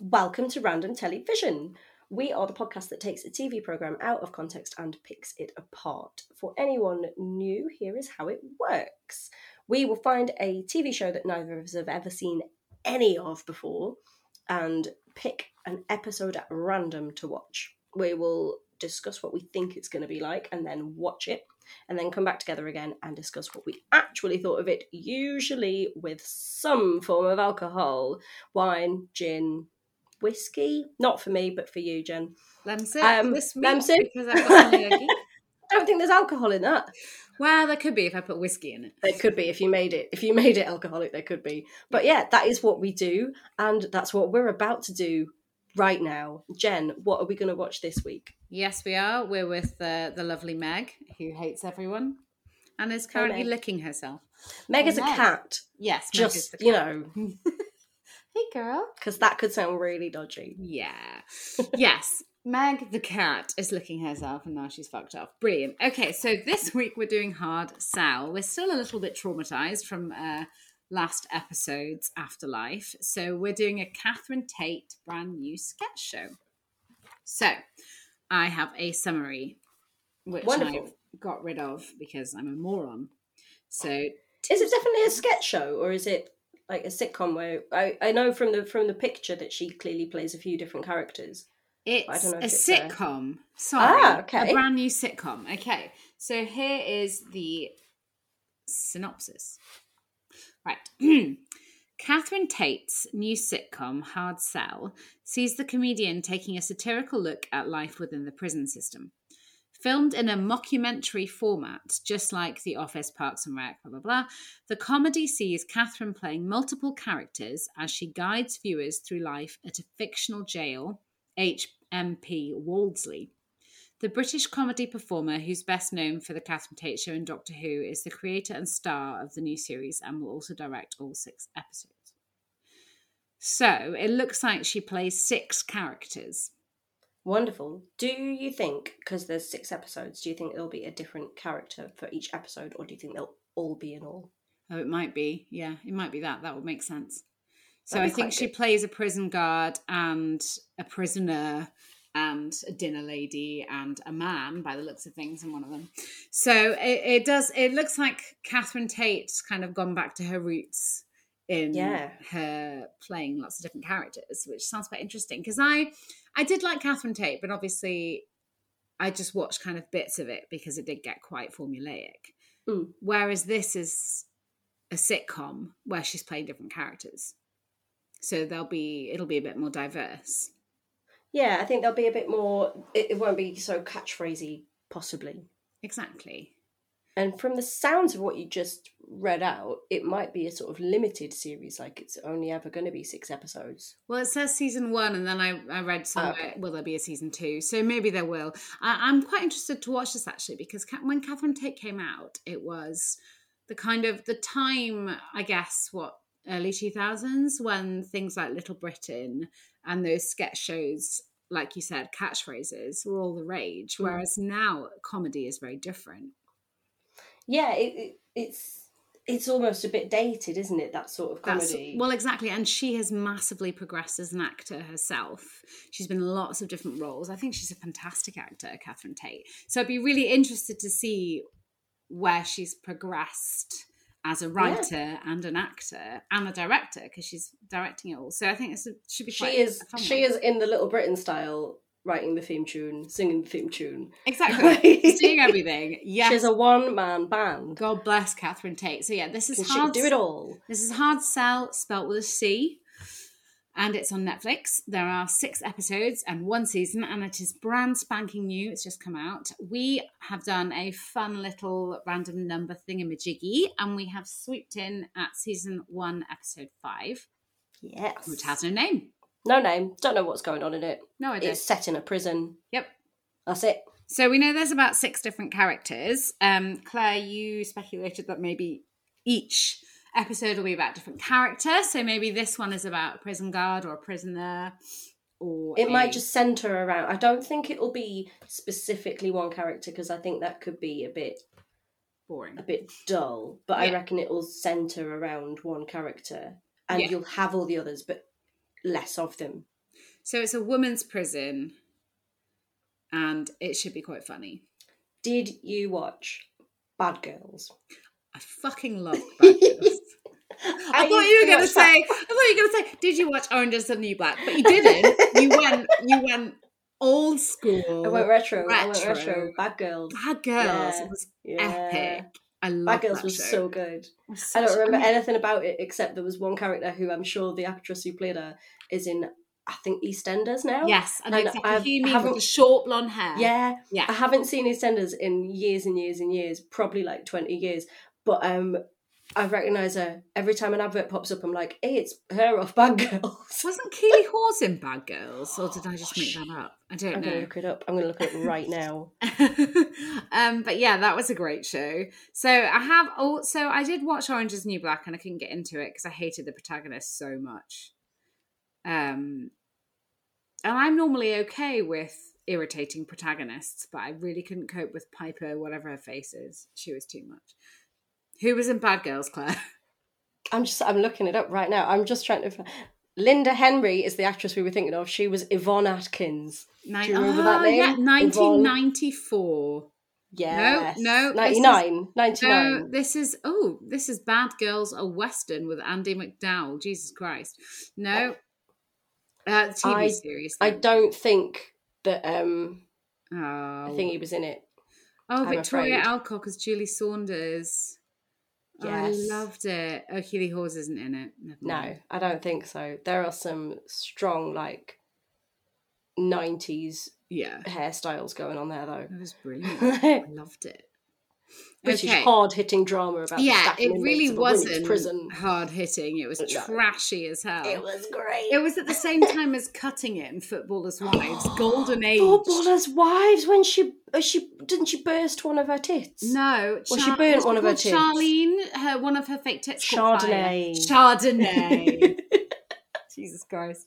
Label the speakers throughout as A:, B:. A: Welcome to Random Television. We are the podcast that takes a TV program out of context and picks it apart. For anyone new, here is how it works. We will find a TV show that neither of us have ever seen any of before and pick an episode at random to watch. We will discuss what we think it's going to be like and then watch it and then come back together again and discuss what we actually thought of it, usually with some form of alcohol wine, gin, whiskey. Not for me, but for you, Jen.
B: Lemsip
A: Um,
B: this week
A: Lemsip.
B: because I've got celiac.
A: I don't think there's alcohol in that.
B: well, there could be if I put whiskey in it.
A: There could be if you made it. If you made it alcoholic, there could be. But yeah, that is what we do, and that's what we're about to do right now. Jen, what are we going to watch this week?
B: Yes, we are. We're with uh, the lovely Meg, who hates everyone and is currently
A: Meg.
B: licking herself.
A: Meg is a
B: Meg.
A: cat,
B: Yes, Meg is
A: just
B: the
A: you
B: cat.
A: know,
B: Hey, girl.
A: because that could sound really dodgy.
B: Yeah. yes. Meg the cat is licking herself and now she's fucked off. Brilliant. Okay, so this week we're doing Hard Sell. We're still a little bit traumatized from uh, last episode's Afterlife. So we're doing a Catherine Tate brand new sketch show. So I have a summary, which
A: Wonderful.
B: I've got rid of because I'm a moron. So
A: Is it definitely a sketch show or is it like a sitcom? Where I, I know from the from the picture that she clearly plays a few different characters. I
B: It's
A: don't know
B: a
A: if it's a-
B: sitcom. Sorry.
A: Ah, okay.
B: A brand new sitcom. Okay. So here is the synopsis. Right. Catherine Tate's new sitcom, Hard Sell, sees the comedian taking a satirical look at life within the prison system. Filmed in a mockumentary format, just like The Office, Parks and Rec, blah, blah, blah, the comedy sees Catherine playing multiple characters as she guides viewers through life at a fictional jail, HMP Waldesley. The British comedy performer who's best known for the Catherine Tate Show and Doctor Who is the creator and star of the new series and will also direct all six episodes. So it looks like she plays six characters.
A: Wonderful. Do you think because there's six episodes? Do you think it'll be a different character for each episode, or do you think they'll all be in all?
B: Oh, it might be. Yeah, it might be that. That would make sense. So
A: That'd
B: I
A: be
B: think
A: quite
B: she
A: good.
B: plays a prison guard and a prisoner and a dinner lady and a man by the looks of things in one of them. So it, it does, it looks like Catherine Tate's kind of gone back to her roots in
A: Yeah.
B: her playing lots of different characters, which sounds quite interesting because I, I did like Catherine Tate, but obviously I just watched kind of bits of it because it did get quite formulaic.
A: Mm.
B: Whereas this is a sitcom where she's playing different characters. So they'll be it'll be a bit more diverse.
A: Yeah, I think there'll be a bit more. It, it won't be so catchphrasy, possibly.
B: Exactly.
A: And from the sounds of what you just read out, it might be a sort of limited series, like it's only ever going to be six episodes.
B: Well, it says season one, and then I, I read somewhere,
A: Oh, okay.
B: will there be a season two? So maybe there will. I, I'm quite interested to watch this actually because Ca- when Catherine Tate came out, it was the kind of the time, I guess, what early 2000s when things like Little Britain and those sketch shows, like you said, catchphrases were all the rage.
A: Mm.
B: Whereas now comedy is very different.
A: Yeah, it, it, it's it's almost a bit dated, isn't it? That sort of
B: That's-
A: comedy.
B: well, exactly. And she has massively progressed as an actor herself. She's been in lots of different roles. I think she's a fantastic actor, Catherine Tate. So I'd be really interested to see where she's progressed as a writer and an actor and a director because she's directing it all. So I think this should be
A: she
B: quite
A: is
B: a fun
A: she
B: one.
A: is in the Little Britain style, writing the theme tune, singing the theme tune.
B: exactly seeing everything. Yes.
A: She's a one man band.
B: God bless Catherine Tate. So yeah, this is
A: She
B: hard.
A: can do it all.
B: This is Hard Sell, spelt with a C, and it's on Netflix. There are six episodes and one season, and it is brand spanking new. It's just come out. We have done a fun little random number thingamajiggy, and we have swooped in at season one, episode five,
A: Yes.
B: which has no name.
A: no name. Don't know what's going on in it.
B: No idea.
A: It's set in a prison.
B: Yep.
A: That's it.
B: So we know there's about six different characters. Um, Claire, you speculated that maybe each episode will be about a different character. So maybe this one is about a prison guard or a prisoner, or
A: It
B: a-
A: might just centre around. I don't think it'll be specifically one character because I think that could be a bit
B: boring.
A: a bit dull. But I
B: Yeah.
A: reckon it'll centre around one character, and
B: Yeah.
A: you'll have all the others, but less of them.
B: So it's a woman's prison, and it should be quite funny.
A: Did you watch Bad Girls?
B: I fucking love Bad Girls. I, thought you
A: used
B: were gonna
A: watch
B: say.
A: that.
B: I thought you were gonna say. Did you watch Orange Is the New Black? But you didn't. you went. You went old school.
A: I went retro. I went
B: Retro.
A: retro. Bad Girls.
B: Bad Girls
A: Yeah.
B: was
A: Yeah.
B: epic. I love
A: Bad Girls
B: that
A: was
B: show.
A: so good.
B: It was
A: I don't
B: such-
A: remember
B: mean,
A: anything about it except there was one character who I'm sure the actress who played her is in, I think, EastEnders now.
B: Yes, I know
A: And
B: exactly
A: I've-
B: who you
A: I
B: mean with
A: haven't-
B: the short blonde hair.
A: Yeah.
B: Yeah.
A: I haven't seen EastEnders in years and years and years, probably like 20 years. But um, I recognise her. Every time an advert pops up, I'm like, hey, it's her off Bad Girls.
B: Wasn't Keely Hawes in Bad Girls, or did I just make
A: Gosh.
B: that up? I
A: I'm
B: don't
A: going to
B: know.
A: look it up. I'm going to look it up right now.
B: um, but yeah, that was a great show. So I have also I did watch Orange Is the New Black, and I couldn't get into it because I hated the protagonist so much. Um, and I'm normally okay with irritating protagonists, but I really couldn't cope with Piper, whatever her face is. She was too much. Who was in Bad Girls, Claire?
A: I'm just I'm looking it up right now. I'm just trying to. fi- Linda Henry is the actress we were thinking of. She was Yvonne Atkins.
B: Nine-
A: you remember that
B: Oh, yeah,
A: name?
B: 1994.
A: Yes.
B: no, this is-
A: 99. 99.
B: No, this is oh, this is Bad Girls a Western with Andy McDowell. Jesus Christ, no, uh, TV
A: I-
B: series.
A: I
B: then.
A: don't think that um
B: oh,
A: I think he was in it.
B: oh,
A: I'm
B: Victoria
A: afraid.
B: Alcock as Julie Saunders. Oh,
A: Yes.
B: I loved it. Oh, Keely Hawes isn't in it. Never
A: No,
B: mind.
A: I don't think so. There are some strong like 90s
B: yeah,
A: hairstyles going on there though.
B: it was brilliant. I loved it.
A: British
B: Okay.
A: hard-hitting drama about the
B: Yeah,
A: stacking
B: it
A: inmates
B: really
A: of a women's
B: wasn't
A: prison.
B: hard hitting. It was
A: No.
B: trashy as hell.
A: It was great.
B: It was at the same time as cutting it in Footballers' Wives, golden age.
A: Footballers' wives when she uh, she didn't she burst one of her tits.
B: No,
A: Well, she
B: Char-
A: burnt
B: what's it
A: one of her
B: called?
A: tits.
B: Charlene, her one of her fake tits. caught fire.
A: Chardonnay.
B: Chardonnay. Jesus Christ.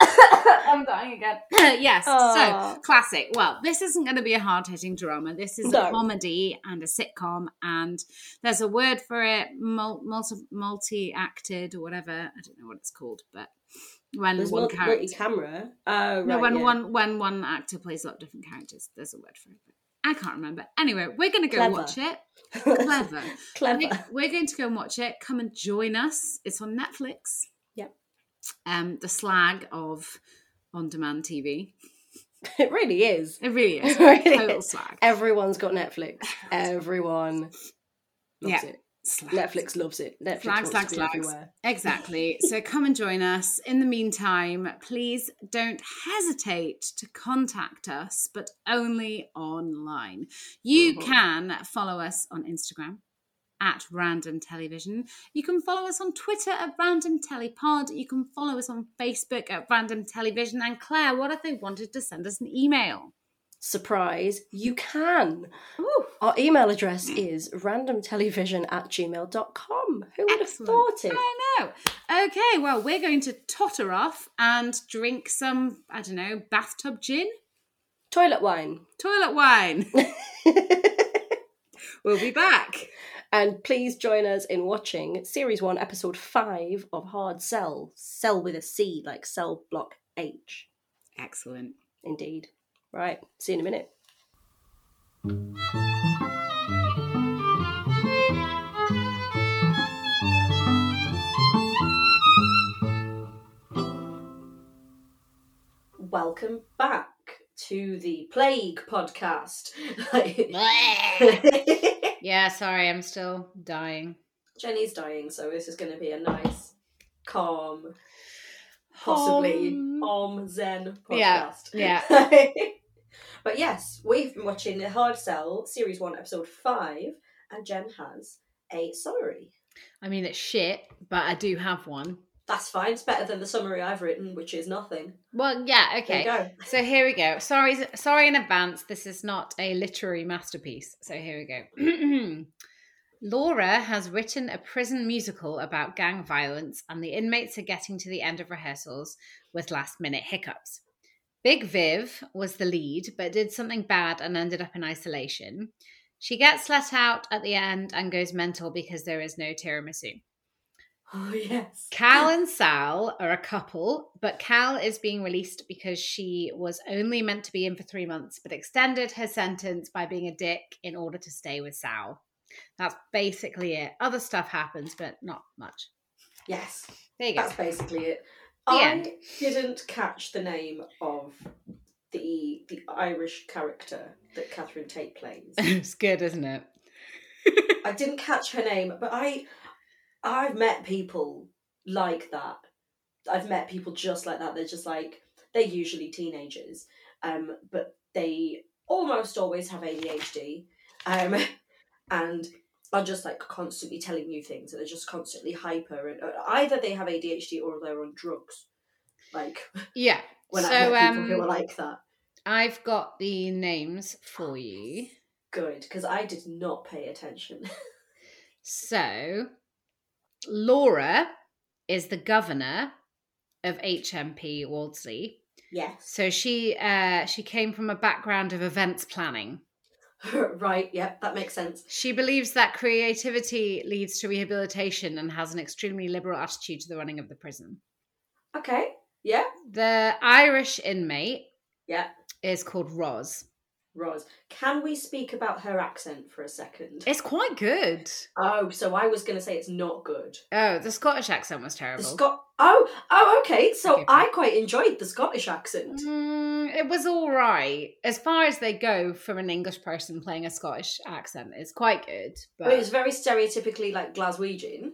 B: I'm dying again. yes,
A: Aw.
B: so classic. Well, this isn't going to be a hard hitting drama. This is a
A: No.
B: comedy and a sitcom, and there's a word for it multi multi acted or whatever. I don't know what it's called, but when
A: There's
B: one
A: multi,
B: character
A: camera. Oh, right.
B: no, when
A: yeah.
B: one when one actor plays a lot of different characters, there's a word for it. I can't remember. Anyway, we're gonna go
A: Clever.
B: watch it. Clever.
A: Clever.
B: We're- we're going to go and watch it. Come and join us. It's on Netflix.
A: Yep.
B: Um, the slag of on-demand TV.
A: It really is.
B: It really is
A: It really
B: total
A: is.
B: slag.
A: Everyone's got Netflix. Everyone loves
B: Yeah.
A: it.
B: Slag.
A: Netflix loves it. Netflix wants
B: Flags, flags,
A: to be
B: flags.
A: everywhere.
B: Exactly. So come and join us. In the meantime, please don't hesitate to contact us, but only online. You
A: Mhm.
B: can follow us on Instagram at Random Television. You can follow us on Twitter at Random Telepod. You can follow us on Facebook at Random Television. And Claire, what if they wanted to send us an email?
A: Surprise, you can.
B: Ooh.
A: Our email address
B: Hmm.
A: is randomtelevision at gmail.com. Who would have
B: Excellent.
A: thought it?
B: I know. Okay, well, we're going to totter off and drink some, I don't know, bathtub gin?
A: Toilet wine.
B: toilet wine. we'll be back.
A: And please join us in watching Series 1, Episode 5 of Hard Cell. Cell with a C, like cell block H.
B: Excellent.
A: Indeed. Right, see you in a minute. Welcome back to the Plague Podcast.
B: yeah, sorry, I'm still dying.
A: Jenny's dying, so this is going to be a nice, calm, possibly
B: Um,
A: om zen
B: Yeah,
A: podcast. but yes, we've been watching the Hard Cell series one, episode five, and Jen has a summary.
B: I mean, it's shit, but I do have one.
A: That's fine. It's better than the summary I've written, which is nothing.
B: Well, yeah, okay.
A: There you go.
B: So here we go. Sorry, sorry in advance. This is not a literary masterpiece. So here we go. Laura has written a prison musical about gang violence, and the inmates are getting to the end of rehearsals with last minute hiccups. Big Viv was the lead, but did something bad and ended up in isolation. She gets let out at the end and goes mental because there is no tiramisu.
A: Oh yes.
B: Cal
A: Hmm.
B: and Sal are a couple, but Cal is being released because she was only meant to be in for three months, but extended her sentence by being a dick in order to stay with Sal. That's basically it. Other stuff happens, but not much.
A: Yes.
B: There you go.
A: That's basically it.
B: The
A: I
B: end.
A: didn't catch the name of the the Irish character that Catherine Tate plays.
B: it's good, isn't it?
A: I didn't catch her name, but I I've met people like that. I've met people just like that. They're just like they're usually teenagers, um, but they almost always have ADHD, um, and are just like constantly telling you things. They're just constantly hyper, and uh, either they have ADHD or they're on drugs. Like
B: Yeah.
A: when I
B: so
A: met people who are
B: um,
A: like that.
B: I've got the names for you.
A: Good, because I did not pay attention.
B: So, Laura is the governor of HMP Waldsey.
A: yes.
B: So she uh, she came from a background of events planning.
A: right. Yep. that makes sense.
B: She believes that creativity leads to rehabilitation and has an extremely liberal attitude to the running of the prison.
A: Okay. Yeah.
B: The Irish inmate
A: Yeah.
B: is called Roz.
A: Roz, can we speak about her accent for a second?
B: It's quite good.
A: Oh, so I was going to say it's not good.
B: Oh, the Scottish accent was
A: The
B: terrible.
A: Scot. Oh, oh, okay. So
B: Okay, fine.
A: I quite enjoyed the Scottish accent.
B: Mm, it was all right as far as they go from an English person playing a Scottish accent. It's quite good,
A: But it was
B: but
A: very stereotypically like Glaswegian,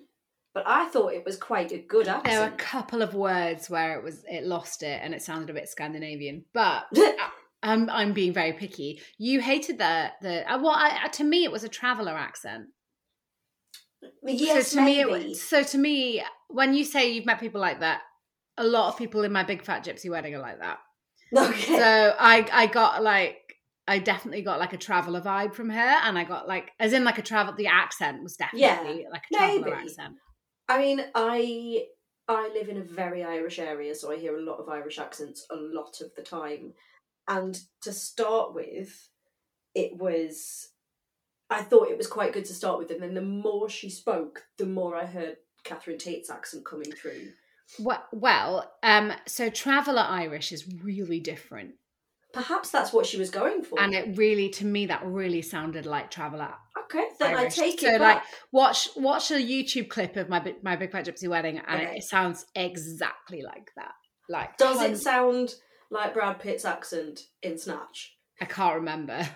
A: but I thought it was quite a good
B: there were a
A: accent.
B: couple of words where it was it lost it and it sounded a bit Scandinavian. But I'm I'm being very picky. You hated the the uh, well I, uh, to me it was a traveller accent.
A: yes,
B: so to me, it,
A: maybe.
B: wa- so to me, when you say you've met people like that, a lot of people in my big fat gypsy wedding are like that.
A: Okay.
B: so I I got like I definitely got like a traveler vibe from her, and I got like as in like a travel. The accent was definitely like a traveler
A: maybe.
B: accent.
A: I mean, I I live in a very Irish area, so I hear a lot of Irish accents a lot of the time. And to start with, it was I thought it was quite good to start with, and then the more she spoke, the more I heard Catherine Tate's accent coming through.
B: Well, well, um, so traveler Irish is really different,
A: Perhaps that's what she was going for.
B: and it really to me that really sounded like traveler.
A: okay, then
B: Irish.
A: I take it
B: So, like,
A: back.
B: Watch watch a YouTube clip of my Bi- my big fat gypsy wedding, and it,
A: Okay.
B: it sounds exactly like that. Like,
A: Does
B: hun-
A: it sound like Brad Pitt's accent in Snatch?
B: I can't remember.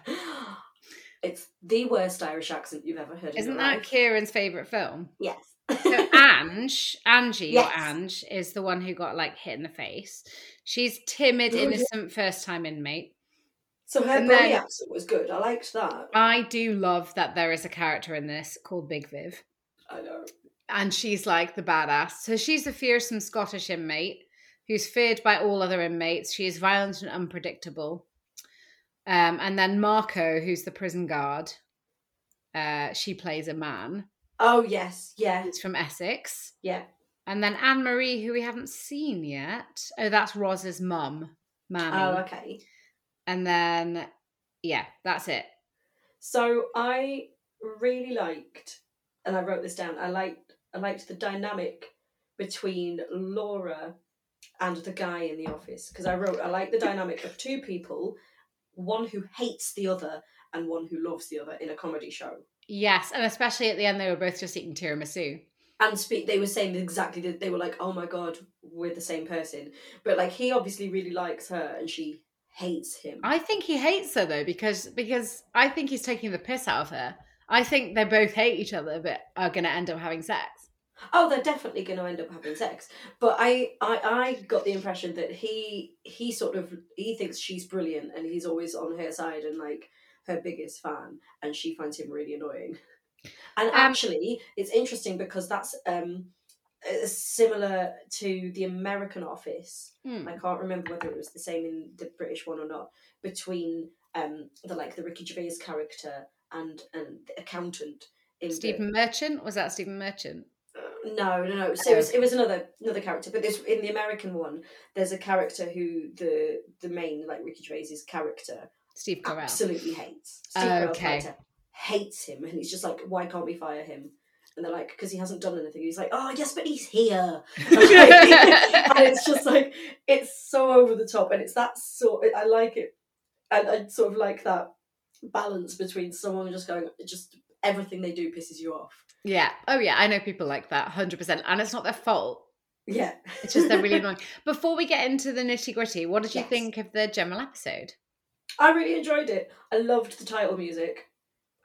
A: It's the worst Irish accent you've ever heard. in
B: Isn't
A: your
B: that
A: life.
B: Kieran's favorite film?
A: Yes.
B: So Ange, Angie
A: Yes.
B: or Ange is the one who got like hit in the face. She's timid,
A: Oh, yeah.
B: innocent first time inmate.
A: So her
B: And
A: bully
B: then- Uh,
A: accent was good. I liked that.
B: I do love that there is a character in this called Big Viv.
A: I know.
B: And she's like the badass. So she's a fearsome Scottish inmate who's feared by all other inmates. She is violent and unpredictable. Um, and then Marco, who's the prison guard, uh, she plays a man.
A: Oh yes, yeah,
B: He's from Essex.
A: yeah.
B: And then Anne Marie, who we haven't seen yet. Oh, that's Roz's mum, Mammy.
A: Oh okay.
B: And then, yeah, that's it.
A: So I really liked, and I wrote this down. I liked, I liked the dynamic between Laura and the guy in the office because I wrote I like the dynamic of two people, one who hates the other and one who loves the other in a comedy show.
B: Yes, and especially at the end, they were both just eating tiramisu.
A: and speak they were saying exactly that they were like oh my god we're the same person but like he obviously really likes her and she hates him
B: I think he hates her though, because because I think he's taking the piss out of her. I think they both hate each other, but are going to end up having sex.
A: oh they're definitely going to end up having sex but I, I i got the impression that he he sort of he thinks she's brilliant and he's always on her side and like her biggest fan and she finds him really annoying and
B: Um,
A: actually it's interesting because that's um uh, similar to the american office
B: Hmm.
A: I can't remember whether it was the same in the British one or not between um the like the Ricky Gervais character and and the accountant. In
B: Stephen Merchant was that Stephen Merchant?
A: The, no, no, no. So it was, it was another another character, but this in the American one, there's a character who the the main like Ricky Gervais's character
B: Steve Carell.
A: absolutely hates. Steve Carell's
B: Oh, Okay.
A: character hates him, and he's just like, why can't we fire him? and they're like, because he hasn't done anything. He's like, oh yes, but he's here. and it's just like it's so over the top, and it's that sort. I like it, and I sort of like that balance between someone just going, just everything they do pisses you off.
B: Yeah. Oh, yeah. I know people like that 100%. And it's not their fault.
A: Yeah,
B: It's just they're really annoying. Before we get into the nitty gritty, what did you
A: Yes.
B: think of the Gemal episode?
A: I really enjoyed it. I loved the title music.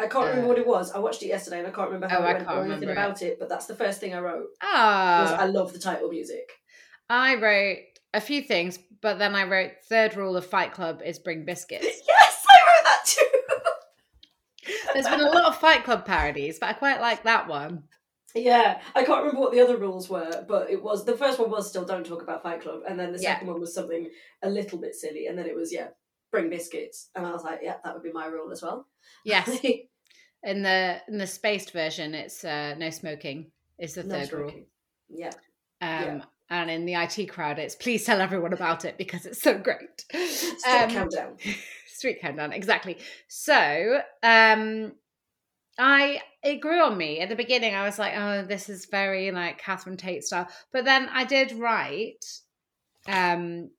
A: I can't remember
B: Uh,
A: what it was. I watched it yesterday and I can't remember how
B: Oh,
A: it
B: I
A: went
B: can't
A: or anything
B: remember it.
A: about it, but that's the first thing I wrote. was
B: Ah,
A: I love the title music.
B: I wrote a few things, but then I wrote third rule of Fight Club is bring biscuits.
A: Yes, I wrote that too.
B: There's been a lot of Fight Club parodies, but I quite like that one.
A: Yeah, I can't remember what the other rules were, but it was the first one was still don't talk about Fight Club, and then the
B: Yeah.
A: second one was something a little bit silly, and then it was yeah, bring biscuits, and I was like, yeah, that would be my rule as well.
B: Yes. In the in the spaced version, it's uh, no smoking is the
A: no
B: third rule.
A: smoking. Yeah,
B: Um,
A: Yeah.
B: And in the IT crowd, it's please tell everyone about it because it's so great. Um,
A: Stop countdown.
B: Street countdown, exactly. So, um, I it grew on me at the beginning. I was like, oh, this is very like Catherine Tate style. But then I did write, um,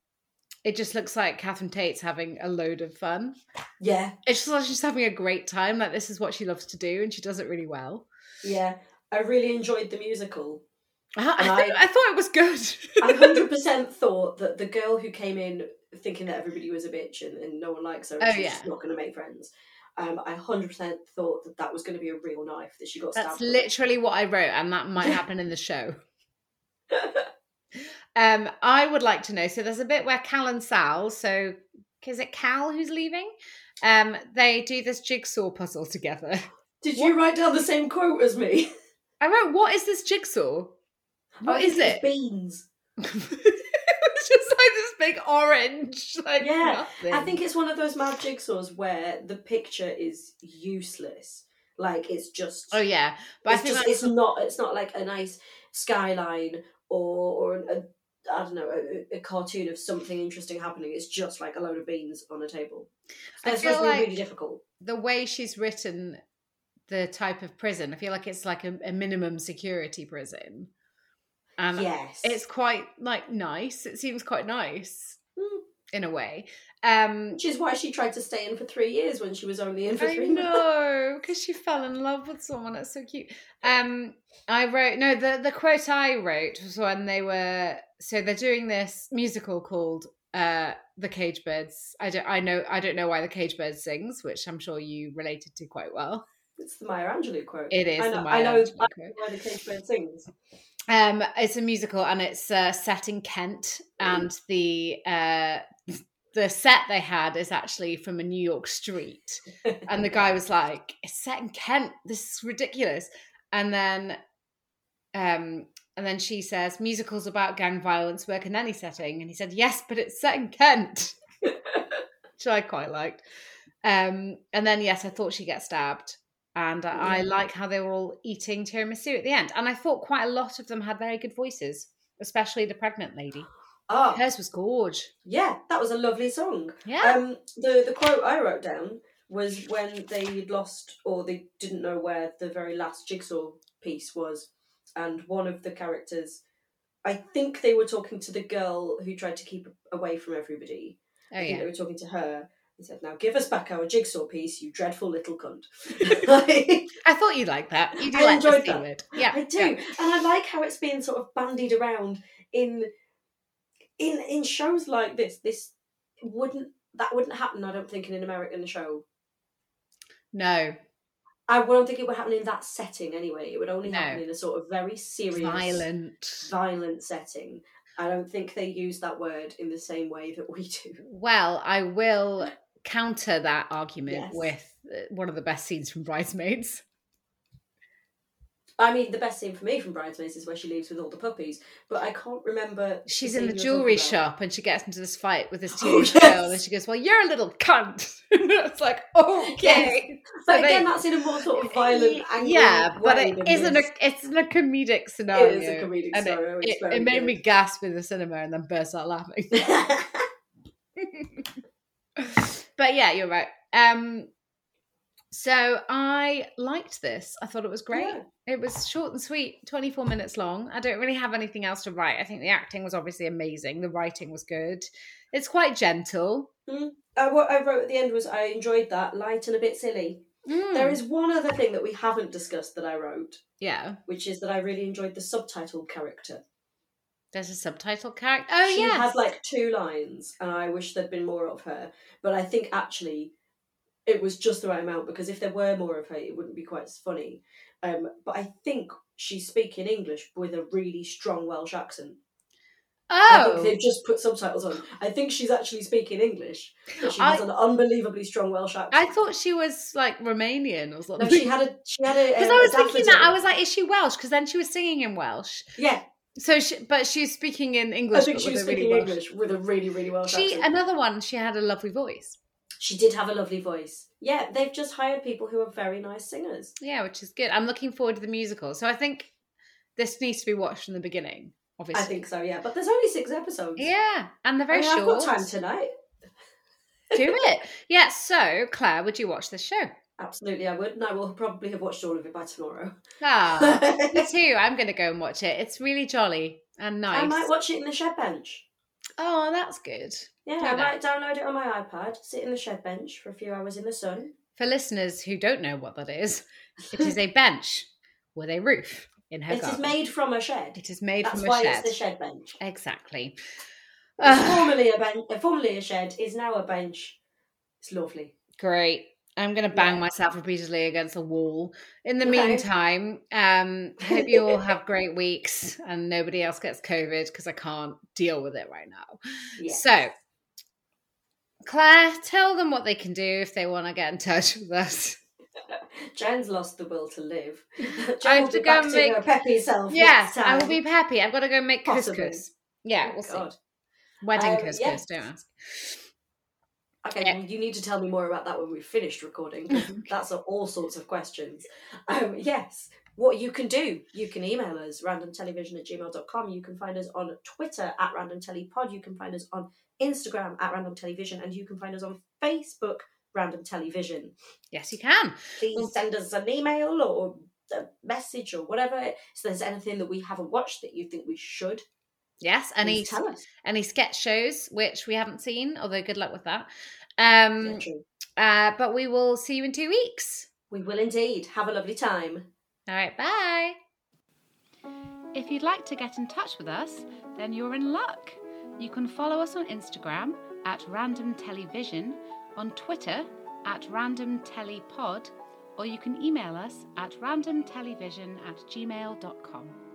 B: it just looks like Catherine Tate's having a load of fun.
A: Yeah,
B: It's just like she's having a great time. Like this is what she loves to do, and she does it really well.
A: yeah. I really enjoyed the musical.
B: I, Uh-huh, I,
A: And
B: thought- I thought it was good.
A: I hundred percent thought that the girl who came in thinking that everybody was a bitch and, and no one likes her, and
B: Oh,
A: she's
B: yeah.
A: just not going to make friends. Um, I hundred percent thought that that was going to be a real knife that she got
B: That's
A: stabbed. with.
B: literally what I wrote, and that might
A: Yeah.
B: happen in the show. um, I would like to know. So there's a bit where Cal and Sal. So is it Cal who's leaving? Um, they do this jigsaw puzzle together.
A: Did you write down the same quote as me?
B: I wrote, "What is this jigsaw?" What
A: Oh, I think
B: is
A: it's
B: it?
A: Beans.
B: it's just like this big orange. Like
A: Yeah,
B: nothing.
A: I think it's one of those mad jigsaws where the picture is useless. Like it's just.
B: Oh yeah, but
A: it's
B: I think
A: just,
B: that's-
A: it's not. It's not like a nice skyline or or an, a, I don't know a, a cartoon of something interesting happening. It's just like a load of beans on a table.
B: I
A: So it's
B: feel
A: supposed to be
B: like-
A: really difficult.
B: the way she's written the type of prison. I feel like it's like a, a minimum security prison. And
A: yes,
B: it's quite like nice it seems quite nice
A: Mm.
B: in a way um
A: which is why she tried to stay in for three years when she was only in for
B: I
A: three months.
B: know because she fell in love with someone that's so cute um I wrote no the the quote I wrote was when they were so they're doing this musical called uh the cage birds I don't I know I don't know why the cage bird sings which I'm sure you related to quite well
A: It's the Maya Angelou quote.
B: it is
A: I
B: the
A: know. I
B: Maya
A: know
B: Angelou quote.
A: where the cage bird sings.
B: Um, it's a musical and it's uh, set in Kent, and the uh, the set they had is actually from a New York street. And the guy was like, "It's set in Kent. This is ridiculous." And then, um, and then she says, "Musicals about gang violence work in any setting." And he said, "Yes, but it's set in Kent," which I quite liked. Um, and then, yes, I thought she gets stabbed and I I
A: Yeah.
B: like how they were all eating tiramisu at the end. And I thought quite a lot of them had very good voices, especially the pregnant lady.
A: Ah,
B: Hers was gorge.
A: yeah, that was a lovely song.
B: Yeah,
A: Um, the the quote I wrote down was when they lost or they didn't know where the very last jigsaw piece was, and one of the characters, I think they were talking to the girl who tried to keep away from everybody.
B: oh
A: I think
B: yeah.
A: they were talking to her. and said, "Now give us back our jigsaw piece, you dreadful little cunt." Like,
B: I thought you liked that. You do
A: I
B: like the
A: enjoyed
B: C
A: that.
B: word. Yeah,
A: I do,
B: yeah.
A: and I like how it's being sort of bandied around in in in shows like this. This wouldn't that wouldn't happen, I don't think, in an American show.
B: No,
A: I don't think it would happen in that setting anyway. It would only
B: No.
A: happen in a sort of very serious,
B: violent.
A: violent setting. I don't think they use that word in the same way that we do.
B: Well, I will counter that argument
A: Yes.
B: with uh, one of the best scenes from Bridesmaids.
A: I mean, the best scene for me from Bridesmaids is where she leaves with all the puppies, but I can't remember.
B: She's in the
A: scene you're talking
B: jewelry
A: about.
B: shop and she gets into this fight with this
A: Oh,
B: teenage girl,
A: yes.
B: and she goes, "Well, you're a little cunt." it's like, okay.
A: But
B: So
A: again,
B: they-
A: that's in a more sort of violent, angry
B: yeah, but
A: way
B: it
A: than
B: isn't a
A: this.
B: it's in a comedic
A: It
B: scenario.
A: is a comedic
B: and
A: scenario.
B: It,
A: it's very
B: it made me
A: good.
B: gasp in the cinema and then burst out laughing. but yeah, you're right. Um, So I liked this. I thought it was great.
A: Yeah.
B: It was short and sweet, 24 minutes long. I don't really have anything else to write. I think the acting was obviously amazing. The writing was good. It's quite gentle.
A: Uh, what I wrote at the end was I enjoyed that, light and a bit silly.
B: Hmm.
A: There is one other thing that we haven't discussed that I wrote,
B: yeah.
A: which is that I really enjoyed the subtitle character.
B: There's a subtitle character. Oh
A: she
B: yes.
A: had like two lines, and I wish there'd been more of her. But I think actually, it was just the right amount because if there were more of her, it wouldn't be quite as funny. Um, but I think she's speaking English with a really strong Welsh accent. I think
B: oh.
A: they've just put subtitles on. I think she's actually speaking English. But she has
B: I-
A: an unbelievably strong Welsh accent.
B: I thought she was like Romanian or something.
A: no, she had a she had a
B: because
A: um,
B: I was
A: a
B: thinking that I
A: daffodil.
B: was like, is she Welsh? Because then she was singing in Welsh.
A: yeah.
B: So, she, but she was speaking in
A: I
B: English.
A: think
B: but
A: she was
B: with a really
A: speaking
B: Welsh-
A: English with a really really Welsh
B: She
A: accent.
B: another one. She had a lovely voice.
A: She did have a lovely voice. Yeah, they've just hired people who are very nice singers.
B: Yeah, which is good. I'm looking forward to the musical. So I think this needs to be watched from the beginning. Obviously,
A: I think so. Yeah, but there's only six episodes.
B: Yeah, and they're
A: I
B: very
A: mean, I've
B: short.
A: got time tonight.
B: Do it. Yeah. So Claire, would you watch this show?
A: Absolutely, I would, and I will probably have watched all of it by tomorrow.
B: Ah, me too. I'm going to go and watch it. It's really jolly and nice.
A: I might watch it in the shed bench.
B: oh, that's good.
A: Yeah,
B: Yeah.
A: I might download it on my iPad, sit in the shed bench for a few hours in the sun.
B: For listeners who don't know what that is, it is a bench with a roof in her
A: It is
B: garden.
A: made from a shed.
B: it is made
A: That's
B: from a
A: why
B: shed.
A: it's the shed bench.
B: Exactly.
A: It's
B: Ugh.
A: formerly a bench, uh, formerly a shed, is now a bench. It's lovely.
B: Great. I'm going to bang
A: Yeah.
B: myself repeatedly against the wall. In the
A: Okay.
B: meantime, um, hope you all have great weeks and nobody else gets COVID because I can't deal with it right now.
A: Yeah.
B: So, Claire, tell them what they can do if they want to get in touch with us.
A: Jen's lost the will to live. Jen
B: I have
A: will
B: to
A: be
B: go
A: back
B: and
A: to
B: make-
A: her peppy self.
B: Yes,
A: next
B: I will
A: time.
B: be happy. I've got to go make
A: Possibly. Oh,
B: couscous. Yeah, we'll
A: God.
B: see. Wedding
A: Um,
B: couscous,
A: yes.
B: don't ask.
A: Okay,
B: Yeah.
A: well, you need to tell me more about that when we've finished recording. 'cause That's a- all sorts of questions. Um, yes, what you can do, you can email us, randomtelevision at gmail.com. You can find us on Twitter at randomtelepod. You can find us on Instagram at randomtelevision. And you can find us on Facebook, Random Television.
B: Yes, you can.
A: Please send us an email or a message or whatever. So there's anything that we haven't watched that you think we should,
B: Yes, any
A: please tell us.
B: any sketch shows which we haven't seen, although good luck with that. Um,
A: Yeah, true.
B: Uh, but we will see you in two weeks.
A: We will indeed. Have a lovely time.
B: All right, bye.
C: If you'd like to get in touch with us, then you're in luck. You can follow us on Instagram at Random Television, on Twitter at Random Telepod, or you can email us at randomtelevision at gmail.com.